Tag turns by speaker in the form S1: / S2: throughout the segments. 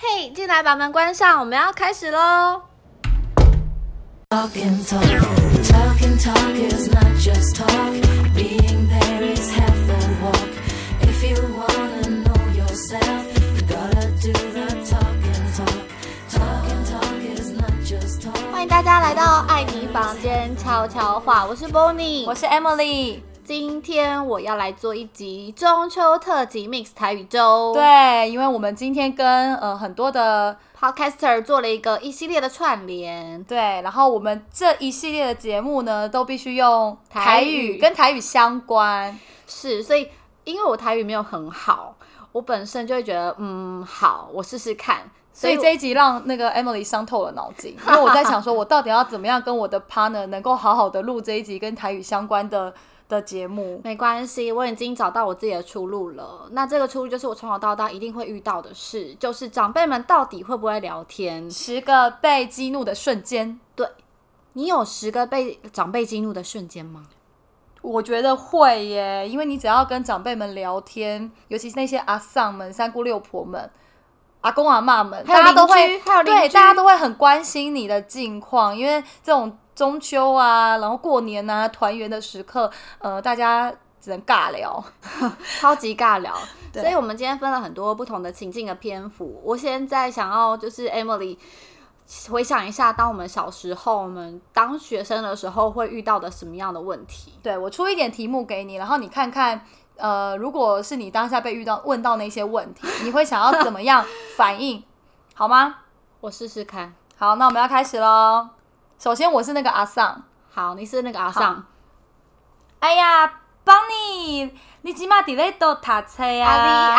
S1: 哎
S2: 进来，把门关上，我们要开始喽。
S3: Talking, talk, talking, talk is not just talk. Being there is half the walk. If you wanna know yourself, you gotta do the talking, talk. Talking, talk is not just talk.
S2: 欢迎大家来到爱你房间悄悄话，我是 Bonnie，
S1: 我是 Emily。
S2: 今天我要来做一集中秋特辑 Mix 台语周，
S1: 对，因为我们今天跟呃很多的
S2: ，Podcaster 做了一个一系列的串联，
S1: 对，然后我们这一系列的节目呢，都必须用
S2: 台
S1: 台
S2: 语
S1: 语跟台语相关。
S2: 是，所以因为我台语没有很好，我本身就会觉得，嗯，好，我试试看。
S1: 所以
S2: 我
S1: 这一集让那个 Emily 伤透了脑筋，因为我在想说，我到底要怎么样跟我的 partner 能够好好的录这一集跟台语相关的的节目。
S2: 没关系，我已经找到我自己的出路了。那这个出路就是我从小到大一定会遇到的事，就是长辈们到底会不会聊天？
S1: 十个被激怒的瞬间，
S2: 你有十个被长辈激怒的瞬间吗？
S1: 我觉得会耶，因为你只要跟长辈们聊天，尤其是那些阿丧们、三姑六婆们、阿公阿妈们，
S2: 还有
S1: 大家都
S2: 邻
S1: 会
S2: 居还有邻
S1: 对，
S2: 居
S1: 大家都会很关心你的近况，因为这种中秋啊，然后过年啊，团圆的时刻，呃，大家只能尬聊。
S2: 超级尬聊，
S1: 对
S2: 所以我们今天分了很多不同的情境的篇幅。我现在想要就是 Emily 回想一下，当我们小时候，我们当学生的时候会遇到的什么样的问题？
S1: 对我出一点题目给你，然后你看看，呃，如果是你当下被遇到问到那些问题，你会想要怎么样反应，好吗？
S2: 我试试看。
S1: 好，那我们要开始喽。首先，我是那个阿丧。
S2: 好，你是那个阿尚，
S1: 哎呀，邦尼，你即马伫咧倒读册啊？
S2: 阿姨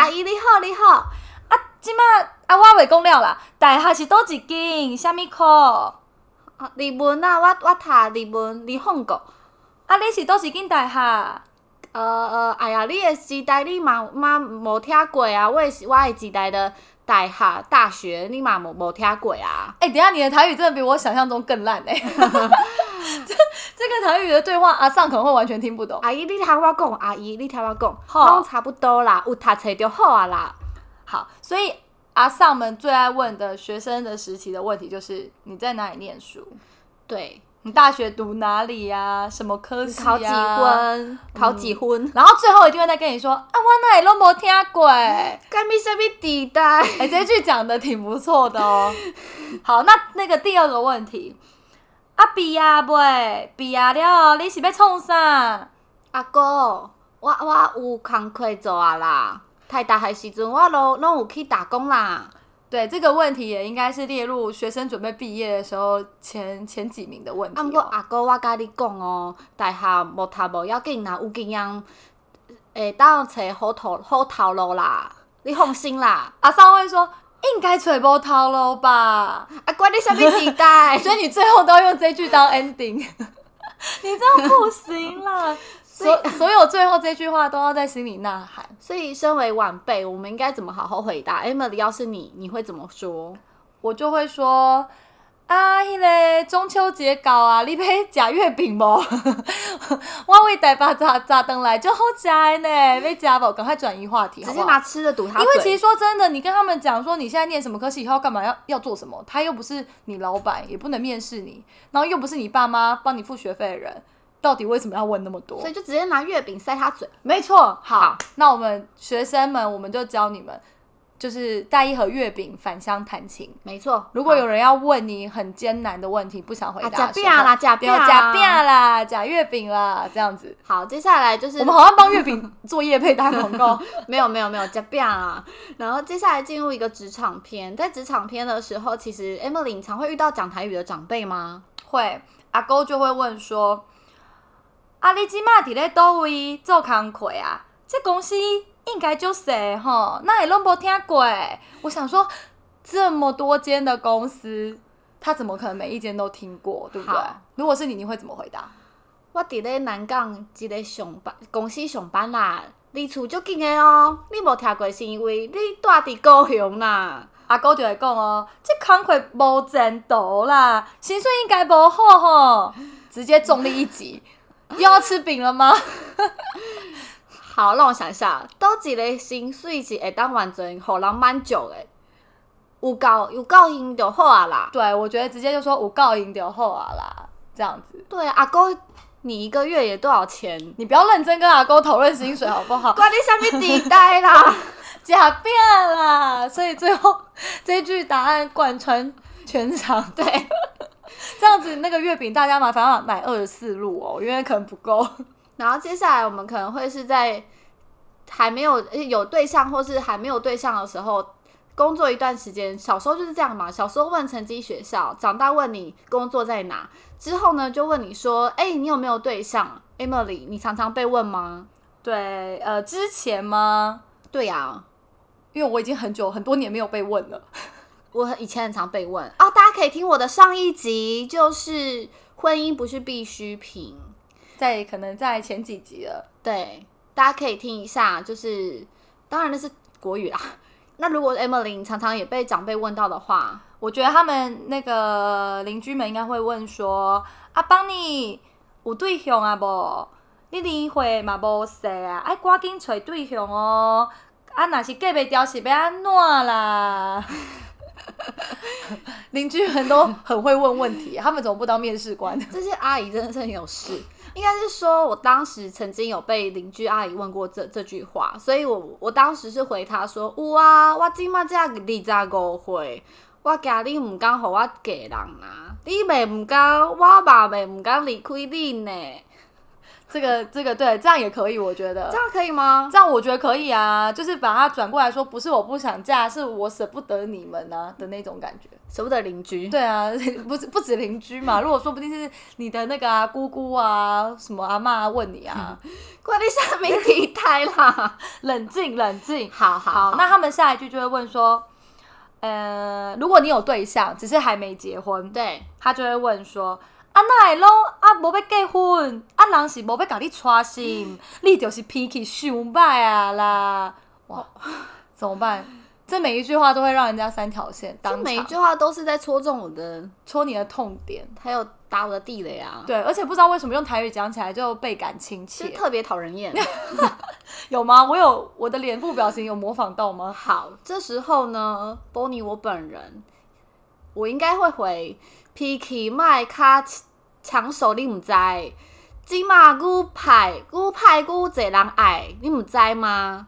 S2: 阿姨你好你好，
S1: 啊，即马啊，我未讲了啦。大学是倒一间？啥物科？啊，
S2: 啊日文啊，我我读日文，日本国。
S1: 你是倒一间大学？
S2: 呃呃，哎呀，你的时代你嘛嘛无听过啊，我的时我的时代的大学大学你嘛无无听过啊。
S1: 哎、等一下你的台语真的比我想象中更 烂哎、这这个台语的对话，阿尚可能会完全听不懂。
S2: 阿姨，你听我讲，阿姨，你听我讲，
S1: 好
S2: 拢差不多啦，有读册就好啊啦。
S1: 好，所以阿尚们最爱问的学生的时期的问题就是你在哪里念书？
S2: 对，
S1: 你大学读哪里呀、什么科系、啊？
S2: 考几分？考几分？
S1: 然后最后一定会再跟你说啊，我哪里都没听过。哎、
S2: 干咪什么地带？
S1: 这句讲的挺不错的哦。好，那那个第二个问题，啊，毕业未？毕业了，你是要创啥？
S2: 阿哥，我我有工课做啊啦。太大海时阵，我拢拢有去打工啦。
S1: 对这个问题也应该是列入学生准备毕业的时候前前几名的问题、
S2: 啊，
S1: 哦。
S2: 毋过阿哥，我甲你讲哦，大学无读无要紧啦，有经验会当找好头好头路啦。你放心啦。
S1: 阿尚啊会说应该吹波涛喽吧？
S2: 阿哥，啊你什么地带？
S1: 所以你最后都要用这句当 ending，你这样不行 啦。所所有最后这句话都要在心里呐喊。
S2: 所以，身为晚辈，我们应该怎么好好回答？Emily，要是你，你会怎么说？
S1: 我就会说啊，迄、个中秋节到啊，你要食月饼无？ 我为台北炸炸灯来就好食的呢，要食无？赶快转移话题，好
S2: 直
S1: 不
S2: 接
S1: 好？
S2: 拿吃的堵他
S1: 因
S2: 嘴。
S1: 为其实说真的，你跟他们讲说你现在念什么科系，以后要干嘛要要做什么，他又不是你老板，也不能面试你，然后又不是你爸妈帮你付学费的人，到底为什么要问那么多
S2: 所？以就直接拿月饼塞他嘴。
S1: 没错，好，
S2: 好
S1: 那我们学生们，我们就教你们，就是带一盒月饼返乡弹琴。
S2: 没错，
S1: 如果有人要问你很艰难的问题，不想回答
S2: 啊
S1: 的时
S2: 吃
S1: 候，
S2: 饼啦吃饼啦
S1: 对假啊饼啦，假月饼啦，这样子。
S2: 好，接下来就是
S1: 我们好像帮月饼做业配打广 告，
S2: 没有没有没有加变啦。然后接下来进入一个职场篇，在职场篇的时候，其实 Emily 你常会遇到讲台语的长辈吗？
S1: 会阿公就会问说：“啊，你即马伫咧倒位做工课啊？这公司应该就谁吼？那也拢无听过。”我想说，这么多间的公司，他怎么可能每一间都听过，对不对
S2: 好？
S1: 如果是你，你会怎么回答？
S2: 我伫咧南港一个上班公司上班啦，离厝足近的哦。你无听过是因为你住伫高雄啦。
S1: 阿哥就会讲哦，这工课无前途啦，薪水应该无好吼，直接中立一级， 又要吃饼了吗？
S2: 好，让我想一下，倒一个薪水是会当完全互人挽救的？有够有够用就好啊啦。
S1: 对，我觉得直接就说我告赢就好啊啦，这样子。
S2: 对啊，阿哥，你一个月也多少钱？
S1: 你不要认真跟阿公讨论薪水好不好？
S2: 管你什么地带啦？
S1: 假变啦！所以最后 这句答案贯穿全场。 对，这样子那个月饼大家麻烦要买二十四路哦，因为可能不够。
S2: 然后接下来我们可能会是在还没有呃有对象或是还没有对象的时候，工作一段时间。小时候就是这样嘛，小时候问成绩、学校，长大问你工作在哪，之后呢就问你说，哎、你有没有对象？Emily，你常常被问吗？
S1: 对，呃，之前吗？
S2: 对啊呀、
S1: 因为我已经很久很多年没有被问了。
S2: 我以前很常被问啊、大家可以听我的上一集，就是婚姻不是必需品，
S1: 在可能在前几集了，
S2: 对，大家可以听一下，就是当然那是国语啦。那如果 Emily 常常也被长辈问到的话，
S1: 我觉得他们那个邻居们应该会问说：“啊，帮你有对象啊不？你离婚嘛无势啊，爱赶紧找对象哦。啊，若是嫁袂掉是要安怎啦？”邻居们都很会问问题，他们怎么不当面试官？
S2: 这些阿姨真的是很有事。应该是说，我当时曾经有被邻居阿姨问过这这句话，所以我我当时是回她说：“有啊，我今嘛才二十五岁，我家你毋敢互我嫁人啊，你袂毋敢，我嘛袂毋敢离开你呢，
S1: 这个这个对，这样也可以，我觉得
S2: 这。样可以吗？”
S1: 这样我觉得可以啊，就是把它转过来说，不是我不想嫁，是我舍不得你们啊的那种感觉。
S2: 舍不得邻居，
S1: 对啊， 不止不止邻居 嘛，如果说不定是你的那个啊姑姑啊什么阿妈问你啊，
S2: 嗯关你下面提胎啦。
S1: 冷静冷静。
S2: 好好
S1: 好，那他们下一句就会问说，呃，如果你有对象，只是还没结婚，
S2: 对
S1: 他就会问说。啊，那会拢啊，无要结婚，啊，人是无要甲你娶 心，你就是脾气伤歹啊啦！哇，怎么办？这每一句话都会让人家三条线，
S2: 这
S1: 当
S2: 每一
S1: 场
S2: 句话都是在戳中我的，
S1: 戳你的痛点。
S2: 还有打我的地雷啊，
S1: 对，而且不知道为什么用台语讲起来就倍感亲
S2: 就是
S1: 切，
S2: 特别讨人厌。
S1: 有吗？我有我的脸部表情有模仿到吗？
S2: 好，这时候呢，Bonnie 我本人，我应该会回 Piki 麦卡抢手，你唔知？今嘛牛派牛派牛侪人爱，你唔知吗？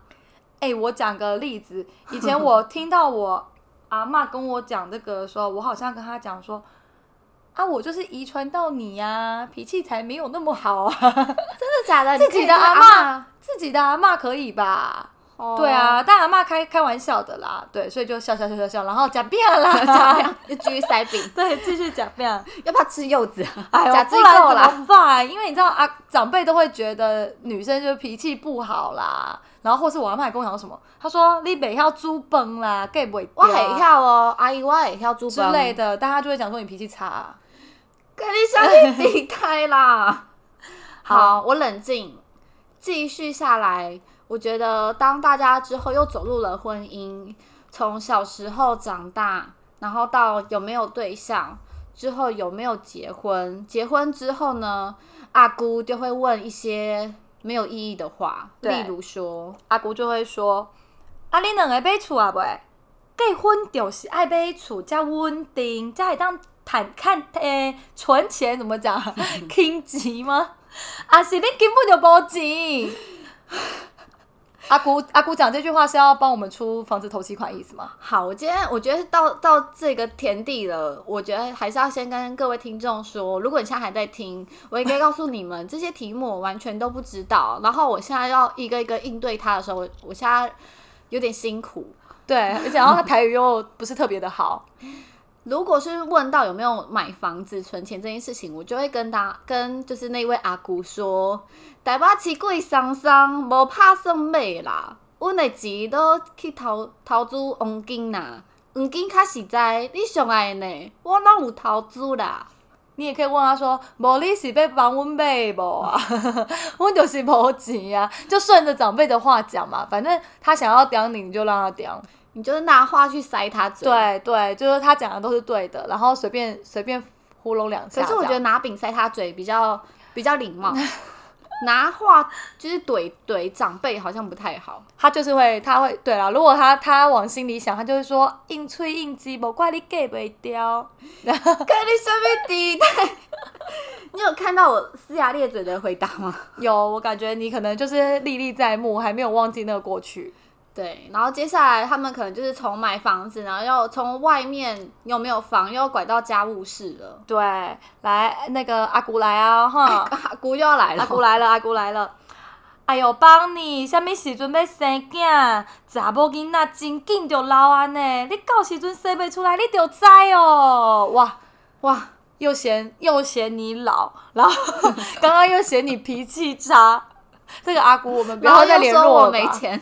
S1: 哎、我讲个例子，以前 我听到我阿嬷跟我讲这个的时候，我好像跟她讲说。啊，我就是遗传到你呀、脾气才没有那么好啊。
S2: 真的假的？
S1: 自己的阿
S2: 妈
S1: 嬷，自己的阿嬷可以吧？
S2: 哦
S1: 对， 啊，但阿嬷开开玩笑的啦，对，所以就笑笑笑笑笑，然后假变啦，假 变，
S2: 就继续塞饼，
S1: 对，继续假变。
S2: 要不要吃柚子啊？
S1: 哎呦，
S2: 假
S1: 不
S2: 自
S1: 然
S2: 够啦
S1: 怎么办？因为你知道啊，长辈都会觉得女生就脾气不好啦，然后或是我阿妈跟我讲什么，她说你北要猪崩啦，gay 不
S2: 我会晓哦，阿姨，我会晓煮
S1: 之类的，大家就会讲说你脾气差、
S2: 跟你想去离开啦。好，我冷静，继续下来。我觉得，当大家之后又走入了婚姻，从小时候长大，然后到有没有对象，之后有没有结婚，结婚之后呢，阿姑就会问一些没有意义的话，
S1: 对
S2: 例如说，
S1: 阿姑就会说，啊，你两个买厝啊袂？结婚就是爱买厝，才稳定，才会当谈看诶、存钱怎么 讲？轻钱吗？啊，是你根本就无 钱。阿姑阿姑讲这句话是要帮我们出房子头期款意思吗？
S2: 好，我今天我觉得到到这个田地了，我觉得还是要先跟各位听众说，如果你现在还在听，我应该告诉你们这些题目我完全都不知道，然后我现在要一个一个应对它的时候，我我现在有点辛苦。
S1: 对，而且然后他台语又不是特别的好，
S2: 如果是问到有没有买房子存钱这件事情，我就会跟他跟就是那位阿姑说，台北市贵桑桑，无拍算买啦，阮的钱都去投投资黄金啦，黄金较实在，你上爱的呢，我拢有投资啦。
S1: 你也可以问他说，无你是要帮阮买无啊？ 阮就是无钱啊，就顺着长辈的话讲嘛，反正他想要刁你，你就让他刁。
S2: 你就是拿话去塞他嘴。。
S1: 对对，就是他讲的都是对的，然后随便随便糊弄两下
S2: 可
S1: 这样。
S2: 是我觉得拿饼塞他嘴比较比较礼貌，拿话就是怼怼长辈好像不太好。
S1: 他就是会，他会，对啦，如果他他往心里想，他就会说硬吹硬激，无怪你 get 袂掉。
S2: 跟你什么敌 对？你有看到我呲牙咧嘴的回答吗？
S1: 有，我感觉你可能就是历历在目，还没有忘记那个过去。
S2: 对，然后接下来他们可能就是从买房子，然后要从外面有没有房，又要拐到家务事了。
S1: 对，来那个阿古来啊， 哈，
S2: 阿姑又要来了，
S1: 阿姑来了，阿姑来了。哎哟，帮你，啥物时阵要生囝？查某囡仔真紧就老啊呢，你到时阵生袂出来，你就知哦。哇，
S2: 哇，
S1: 又嫌又嫌你老，然 后刚刚又嫌你脾气差。这个阿姑，我们不
S2: 然
S1: 要
S2: 后
S1: 再
S2: 又
S1: 联
S2: 说
S1: 络
S2: 我
S1: 了吧。
S2: 没钱，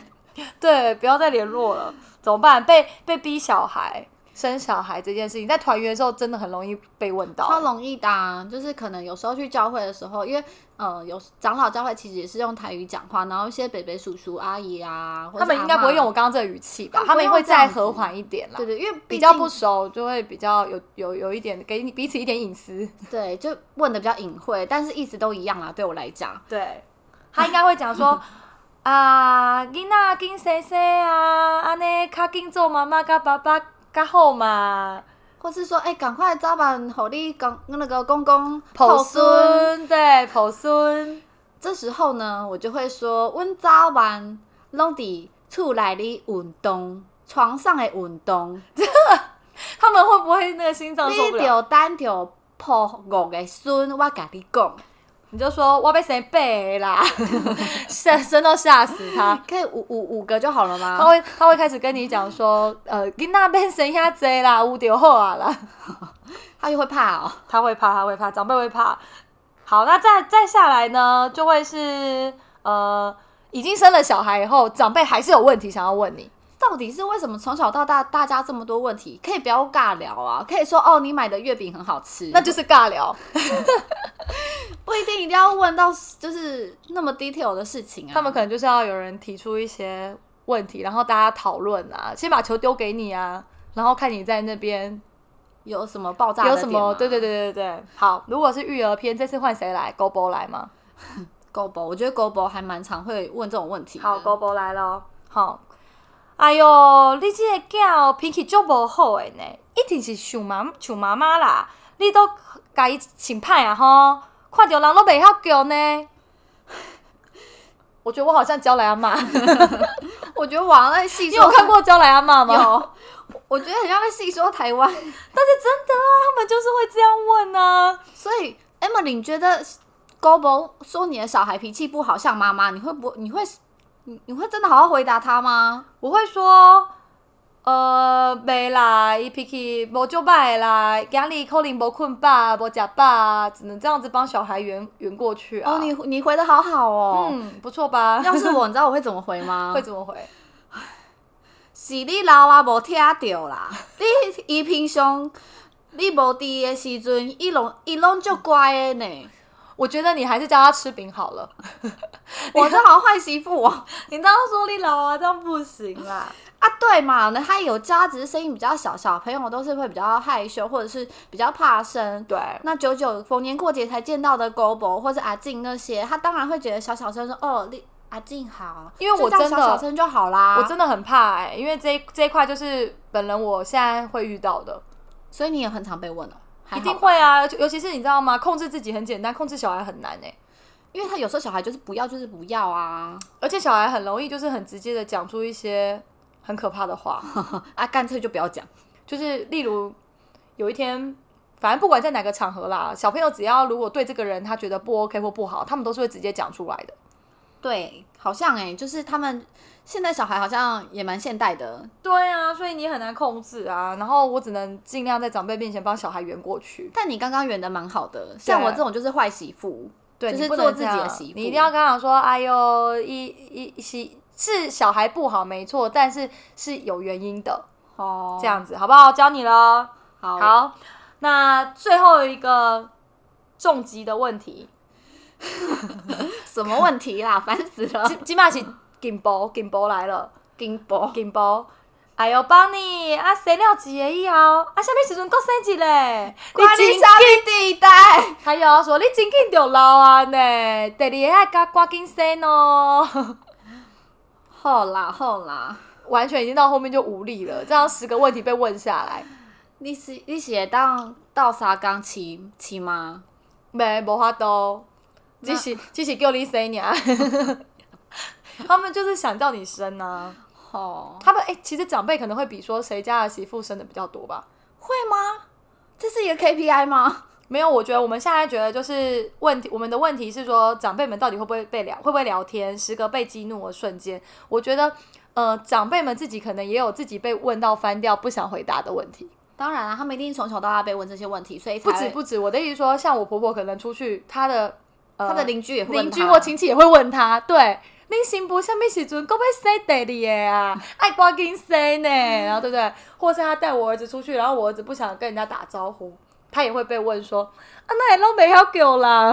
S1: 对，不要再联络了，怎么办？被被逼小孩生小孩这件事情，在团圆的时候真的很容易被问到。
S2: 超容易的、啊，就是可能有时候去教会的时候，因为呃有长老教会其实也是用台语讲话，然后一些北北叔叔阿姨啊，或者
S1: 他们应该不会用
S2: 阿
S1: 我刚刚这个语气吧？
S2: 他
S1: 他
S2: 们
S1: 们
S2: 不会
S1: 会
S2: 用这样
S1: 再
S2: 子
S1: 和缓一点
S2: 嬷，
S1: 啦。
S2: 对对，因为
S1: 比较不
S2: 毕竟
S1: 熟，就会比较有有有一点给你彼此一点隐私。
S2: 对，就问的比较隐晦，但是一直都一样 啦，对我来讲，
S1: 对，他应该会讲说啊，囡仔紧生生啊，安尼较紧做妈妈甲爸爸较好嘛，
S2: 或是说哎赶、快早晚好你公那个公公
S1: 抱
S2: 孙。
S1: 孙对抱孙，
S2: 这时候呢，我就会说，阮早晚拢伫厝内咧运动，床上的运动，
S1: 他们会不会那个心脏受不
S2: 你
S1: 了？
S2: 着等着抱五个孙，我甲你讲，
S1: 你就说我被生背啦， 生生到吓死他。
S2: 可以五五五个就好了
S1: 他
S2: 吗？
S1: 会他会开始跟你讲说，呃，囡仔变生遐济啦，有就好啊啦。
S2: 他又会怕哦。
S1: 他会怕，他会怕，长辈会怕。好，那再再下来呢，就会是呃，已经生了小孩以后，长辈还是有问题想要问你。
S2: 到底是为什么从小到大大家这么多问题？可以不要尬聊啊，可以说哦，你买的月饼很好吃，
S1: 那就是尬聊，
S2: 不一定一定要问到就是那么 detail 的事情啊。
S1: 他们可能就是要有人提出一些问题，然后大家讨论啊，先把球丢给你啊，然后看你在那边
S2: 有什么爆炸的
S1: 有什么。对
S2: 点
S1: 对对
S2: 吗
S1: 对对，啊好，如果是育儿篇，这次换谁来？狗博来吗？
S2: 狗博，我觉得狗博还蛮常会问这种问题的。
S1: 好，狗博来咯。好，哎哟，你即个囝哦，脾气足无好诶呢，一定是想妈想妈妈啦。你都甲伊想歹啊吼，看着人都袂晓叫呢。 我觉得我好像娇莱阿 嬷，
S2: 我觉得网在细
S1: 你
S2: 说
S1: 有看过娇莱阿嬷吗？
S2: 有，我觉得很像在细说台湾。
S1: 但是真的啊，他们就是会这样问啊。
S2: 所以，Emily，你觉得 Gobo 说你的小孩脾气不好像妈妈，你会不你会你你会真的好好回答他吗？
S1: 我会说，呃，袂啦，伊脾气无足歹啦，今日可能无困饱，无食饱，只能这样子帮小孩圆圆过去啊。
S2: 哦，你你回的好好哦。
S1: 嗯，不错吧？
S2: 要是我，你知道 我会怎么回吗？
S1: 会怎么回？
S2: 是你老啊，无听到 啦。你伊平常你无伫的时阵，伊拢伊拢足乖的呢。
S1: 我觉得你还是教他吃饼好 了。
S2: 我这好像坏媳妇哦。
S1: 你刚刚说你老啊，这样不行啦。
S2: 啊，对嘛，那他有家，只是声音比较小，小朋友都是会比较害羞，或者是比较怕生。
S1: 对，
S2: 那久久逢年过节才见到的狗狗或者阿静那些，他当然会觉得小小声说：“哦，你阿静好。”
S1: 因为我
S2: 就这样
S1: 真的
S2: 小小声就好啦。
S1: 我真的很怕哎、因为这一这一块就是本人我现在会遇到的，
S2: 所以你也很常被问哦，还
S1: 一
S2: 好
S1: 定
S2: 吧，
S1: 会啊。尤其是你知道吗？控制自己很简单，控制小孩很难哎、
S2: 因为他有时候小孩就是不要就是不要啊，
S1: 而且小孩很容易就是很直接的讲出一些很可怕的 话，
S2: 啊，干脆就不要讲。
S1: 就是例如有一天。反正不管在哪个场合啦，小朋友只要如果对这个人他觉得不 OK 或不好，他们都是会直接讲出来的。
S2: 对，好像哎、就是他们现在小孩好像也蛮现代的，
S1: 对啊，所以你很难控制啊。然后我只能尽量在长辈面前帮小孩圆过去，
S2: 但你刚刚圆的蛮好的，像我这种就是坏媳妇，
S1: 对，
S2: 就是
S1: 你不
S2: 做
S1: 能
S2: 自己
S1: 这
S2: 的
S1: 样啊
S2: 媳妇，
S1: 你一定要跟他讲说，哎呦，一一是是小孩不好没错，但是是有原因的，
S2: 哦，
S1: 这样子好不好？教你喽。
S2: 好
S1: 好，那最后一个重疾的问题，
S2: 什么问 啊题啦？烦死了！
S1: 今今嘛是紧波紧波来了，
S2: 金箔
S1: 紧波。哎哟，帮你啊，生了一个以后，啊，啥物时阵搁生一个？你
S2: 管
S1: 真
S2: 你下面地带。
S1: 还有说你真紧着老啊呢，第二个爱甲赶紧生哦。
S2: 好啦好啦，
S1: 完全已经到后面就无力了，这样十个问题被问下来，
S2: 你是你是会当到三工饲饲吗？
S1: 没无法度，只是只是叫你生呀。 他们就是想叫你生啊。
S2: 哦，
S1: 他们哎、其实长辈可能会比说谁家的媳妇生的比较多吧。
S2: 会吗？这是一个 KPI 吗？
S1: 没有，我觉得我们现在觉得就是问题，我们的问题是说长辈们到底会不会被聊，会不会聊天？时隔被激怒的瞬间，我觉得呃，长辈们自己可能也有自己被问到翻掉不想回答的问题。
S2: 当然啦、他们一定从小到大被问这些问题，所以 才
S1: 不止不止，我的意思说，像我婆婆可能出去，她的、呃、
S2: 他的邻居也会问
S1: 邻居
S2: 他
S1: 或亲戚也会问她，对。你新妇什么时阵够要生第二个啊？爱赶紧生呢，然后对不对？或是她带我儿子出去，然后我儿子不想跟人家打招呼，她也会被问说啊，那也都没要给我啦。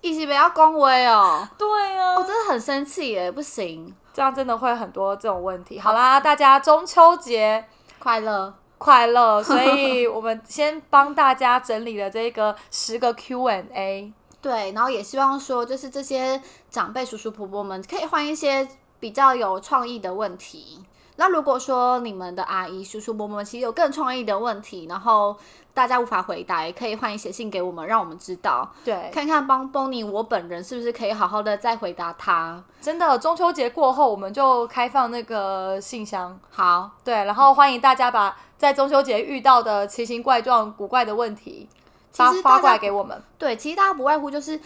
S2: 一起不要恭维哦。
S1: 对啊
S2: 我、真的很生气耶，不行，
S1: 这样真的会很多这种问题。好啦，大家中秋节
S2: 快乐。
S1: 快 乐！所以我们先帮大家整理了这个十个 Q&A。
S2: 对，然后也希望说，就是这些长辈叔叔婆婆们可以换一些比较有创意的问题。那如果说你们的阿姨、叔叔、伯伯们其实有更创意的问题，然后大家无法回答，也可以欢迎写信给我们，让我们知道，
S1: 对，
S2: 看看帮 Bonnie 我本人是不是可以好好的再回答他。
S1: 真的中秋节过后，我们就开放那个信箱。
S2: 好，
S1: 对，然后欢迎大家把在中秋节遇到的奇形怪状、古怪的问题发
S2: 其实大家
S1: 发过来给我们。
S2: 对，其实大家不外乎就是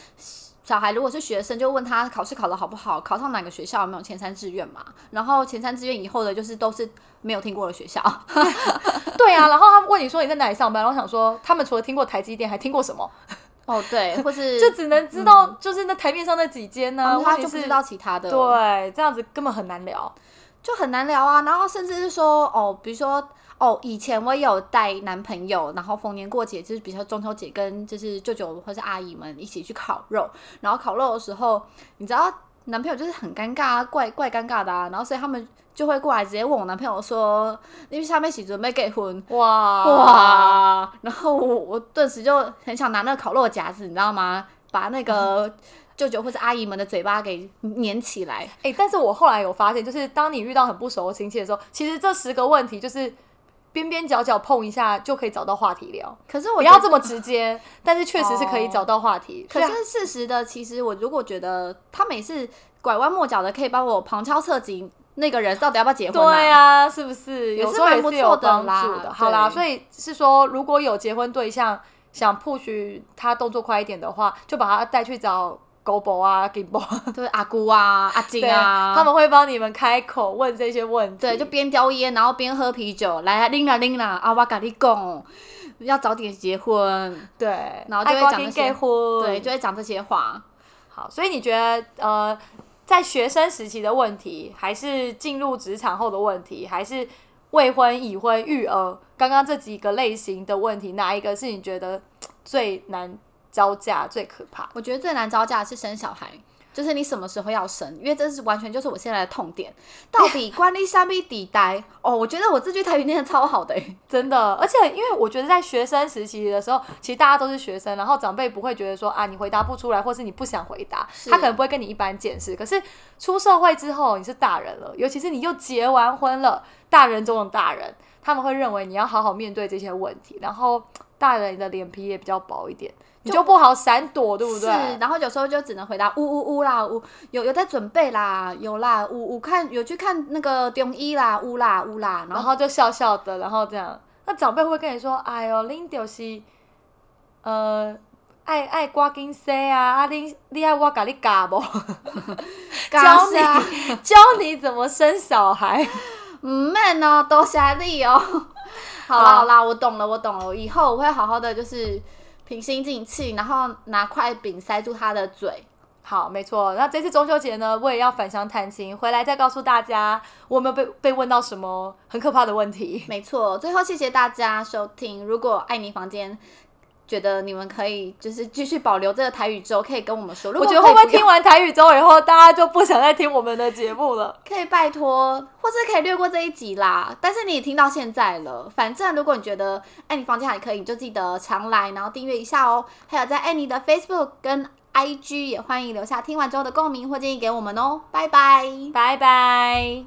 S2: 小孩如果是学生，就问他考试考得好不好，考上哪个学校，有没有前三志愿嘛。然后前三志愿以后的，就是都是没有听过的学校。
S1: 对啊，然后他问你说你在哪里上班，然后我想说他们除了听过台积电，还听过什么？
S2: 哦，对，或是呃
S1: 就只能知道就是那台面上那几间呢、
S2: 然嗯后他
S1: 问题
S2: 就不
S1: 是
S2: 知道其他的，，
S1: 对，这样子根本很难聊。
S2: 就很难聊啊。然后甚至是说，哦，比如说，哦，以前我也有带男朋友，然后逢年过节，就是比如说中秋节跟就是舅舅或是阿姨们一起去烤肉，然后烤肉的时候，你知道男朋友就是很尴尬啊，怪怪尴尬的啊，然后所以他们就会过来直接问我男朋友说，因为下面洗准备结婚。
S1: 哇哇！
S2: 哇！ 然后我我顿时就很想拿那个烤肉夹子，你知道吗？把那个舅舅或是阿姨们的嘴巴给粘起来。
S1: 哎、但是我后来有发现，就是当你遇到很不熟的亲戚的时候，其实这十个问题就是边边角角碰一下就可以找到话题聊，
S2: 可是我
S1: 不
S2: 觉
S1: 要
S2: 得哦
S1: 这么直 接，但是确实是可以找到话题。
S2: 可
S1: 所以
S2: 是事实的，其实我如果觉得他每次拐弯抹角的，可以帮我旁敲侧击那个人到底要不要结婚、
S1: 对
S2: 啊，
S1: 啊，是不是？
S2: 也
S1: 有
S2: 是
S1: 时候
S2: 蛮
S1: 也
S2: 不
S1: 是有
S2: 错的
S1: 帮
S2: 啦
S1: 助的。好啦，
S2: 对
S1: 所以是说，如果有结婚对象想 push 他动作快一点的话，就把他带去找狗博啊、金博
S2: 对阿姑啊、阿金
S1: 对
S2: 啊，
S1: 他们会帮你们开口问这些问题。
S2: 对就边叼烟，然后边喝啤酒，来拎啦拎啦，啊，我跟你讲，要早点结婚，
S1: 对，
S2: 然后就会
S1: 爱
S2: 讲
S1: 赶紧
S2: 这些
S1: 结婚
S2: 对，就会讲这些话。
S1: 好，所以你觉得呃，在学生时期的问题，还是进入职场后的问题，还是未婚、已婚、育儿，刚刚这几个类型的问题，哪一个是你觉得嘖最难招架、最可怕？
S2: 我觉得最难招架的是生小孩，就是你什么时候要生，因为这是完全就是我现在的痛点。到底关你下面底呆？哦，我觉得我这句台语念的超好的、欸，
S1: 真的，而且因为我觉得在学生时期的时候，其实大家都是学生，然后长辈不会觉得说啊你回答不出来，或是你不想回答，
S2: 是
S1: 他可能不会跟你一般见识。可是出社会之后，你是大人了，尤其是你又结完婚了，大人中的大人，他们会认为你要好好面对这些问题，然后大人的脸皮也比较薄一点，你就不好闪躲，对不对？
S2: 是，然后有时候就只能回答呜呜呜啦，呜有有在准备啦，有啦，呜呜看有去看那个中医啦，呜啦呜啦，然
S1: 然
S2: 后
S1: 后就笑笑的，然后这样，那长辈会跟你说：“哎呦，恁就是，呃，爱爱赶紧生啊，啊恁你爱我甲你教无， 教
S2: 嘎啦
S1: 你教你怎么生小孩。
S2: 嗯 man 哦，多谢你哦。 好啦
S1: 好
S2: 好啦，我懂了我懂了，我以后我会好好的就是平心静气，然后拿块饼塞住他的嘴。”
S1: 好，没错。那这次中秋节呢，我也要返乡探亲，回来再告诉大家，我有没有被被问到什么很可怕的问题。
S2: 没错，最后谢谢大家收听。如果爱你房间觉得你们可以就是继续保留这个台语之后，可以跟我们说。如
S1: 我
S2: 果
S1: 觉得会不会
S2: 可以
S1: 听完台语之后，以后大家就不想再听我们的节目了？
S2: 可以拜托，或是可以略过这一集啦。但是你也听到现在了，反正如果你觉得爱你房间还可以，你就记得常来，然后订阅一下哦。还有在爱你的 Facebook 跟 IG 也欢迎留下听完之后的共鸣或建议给我们哦。拜拜。
S1: 拜拜。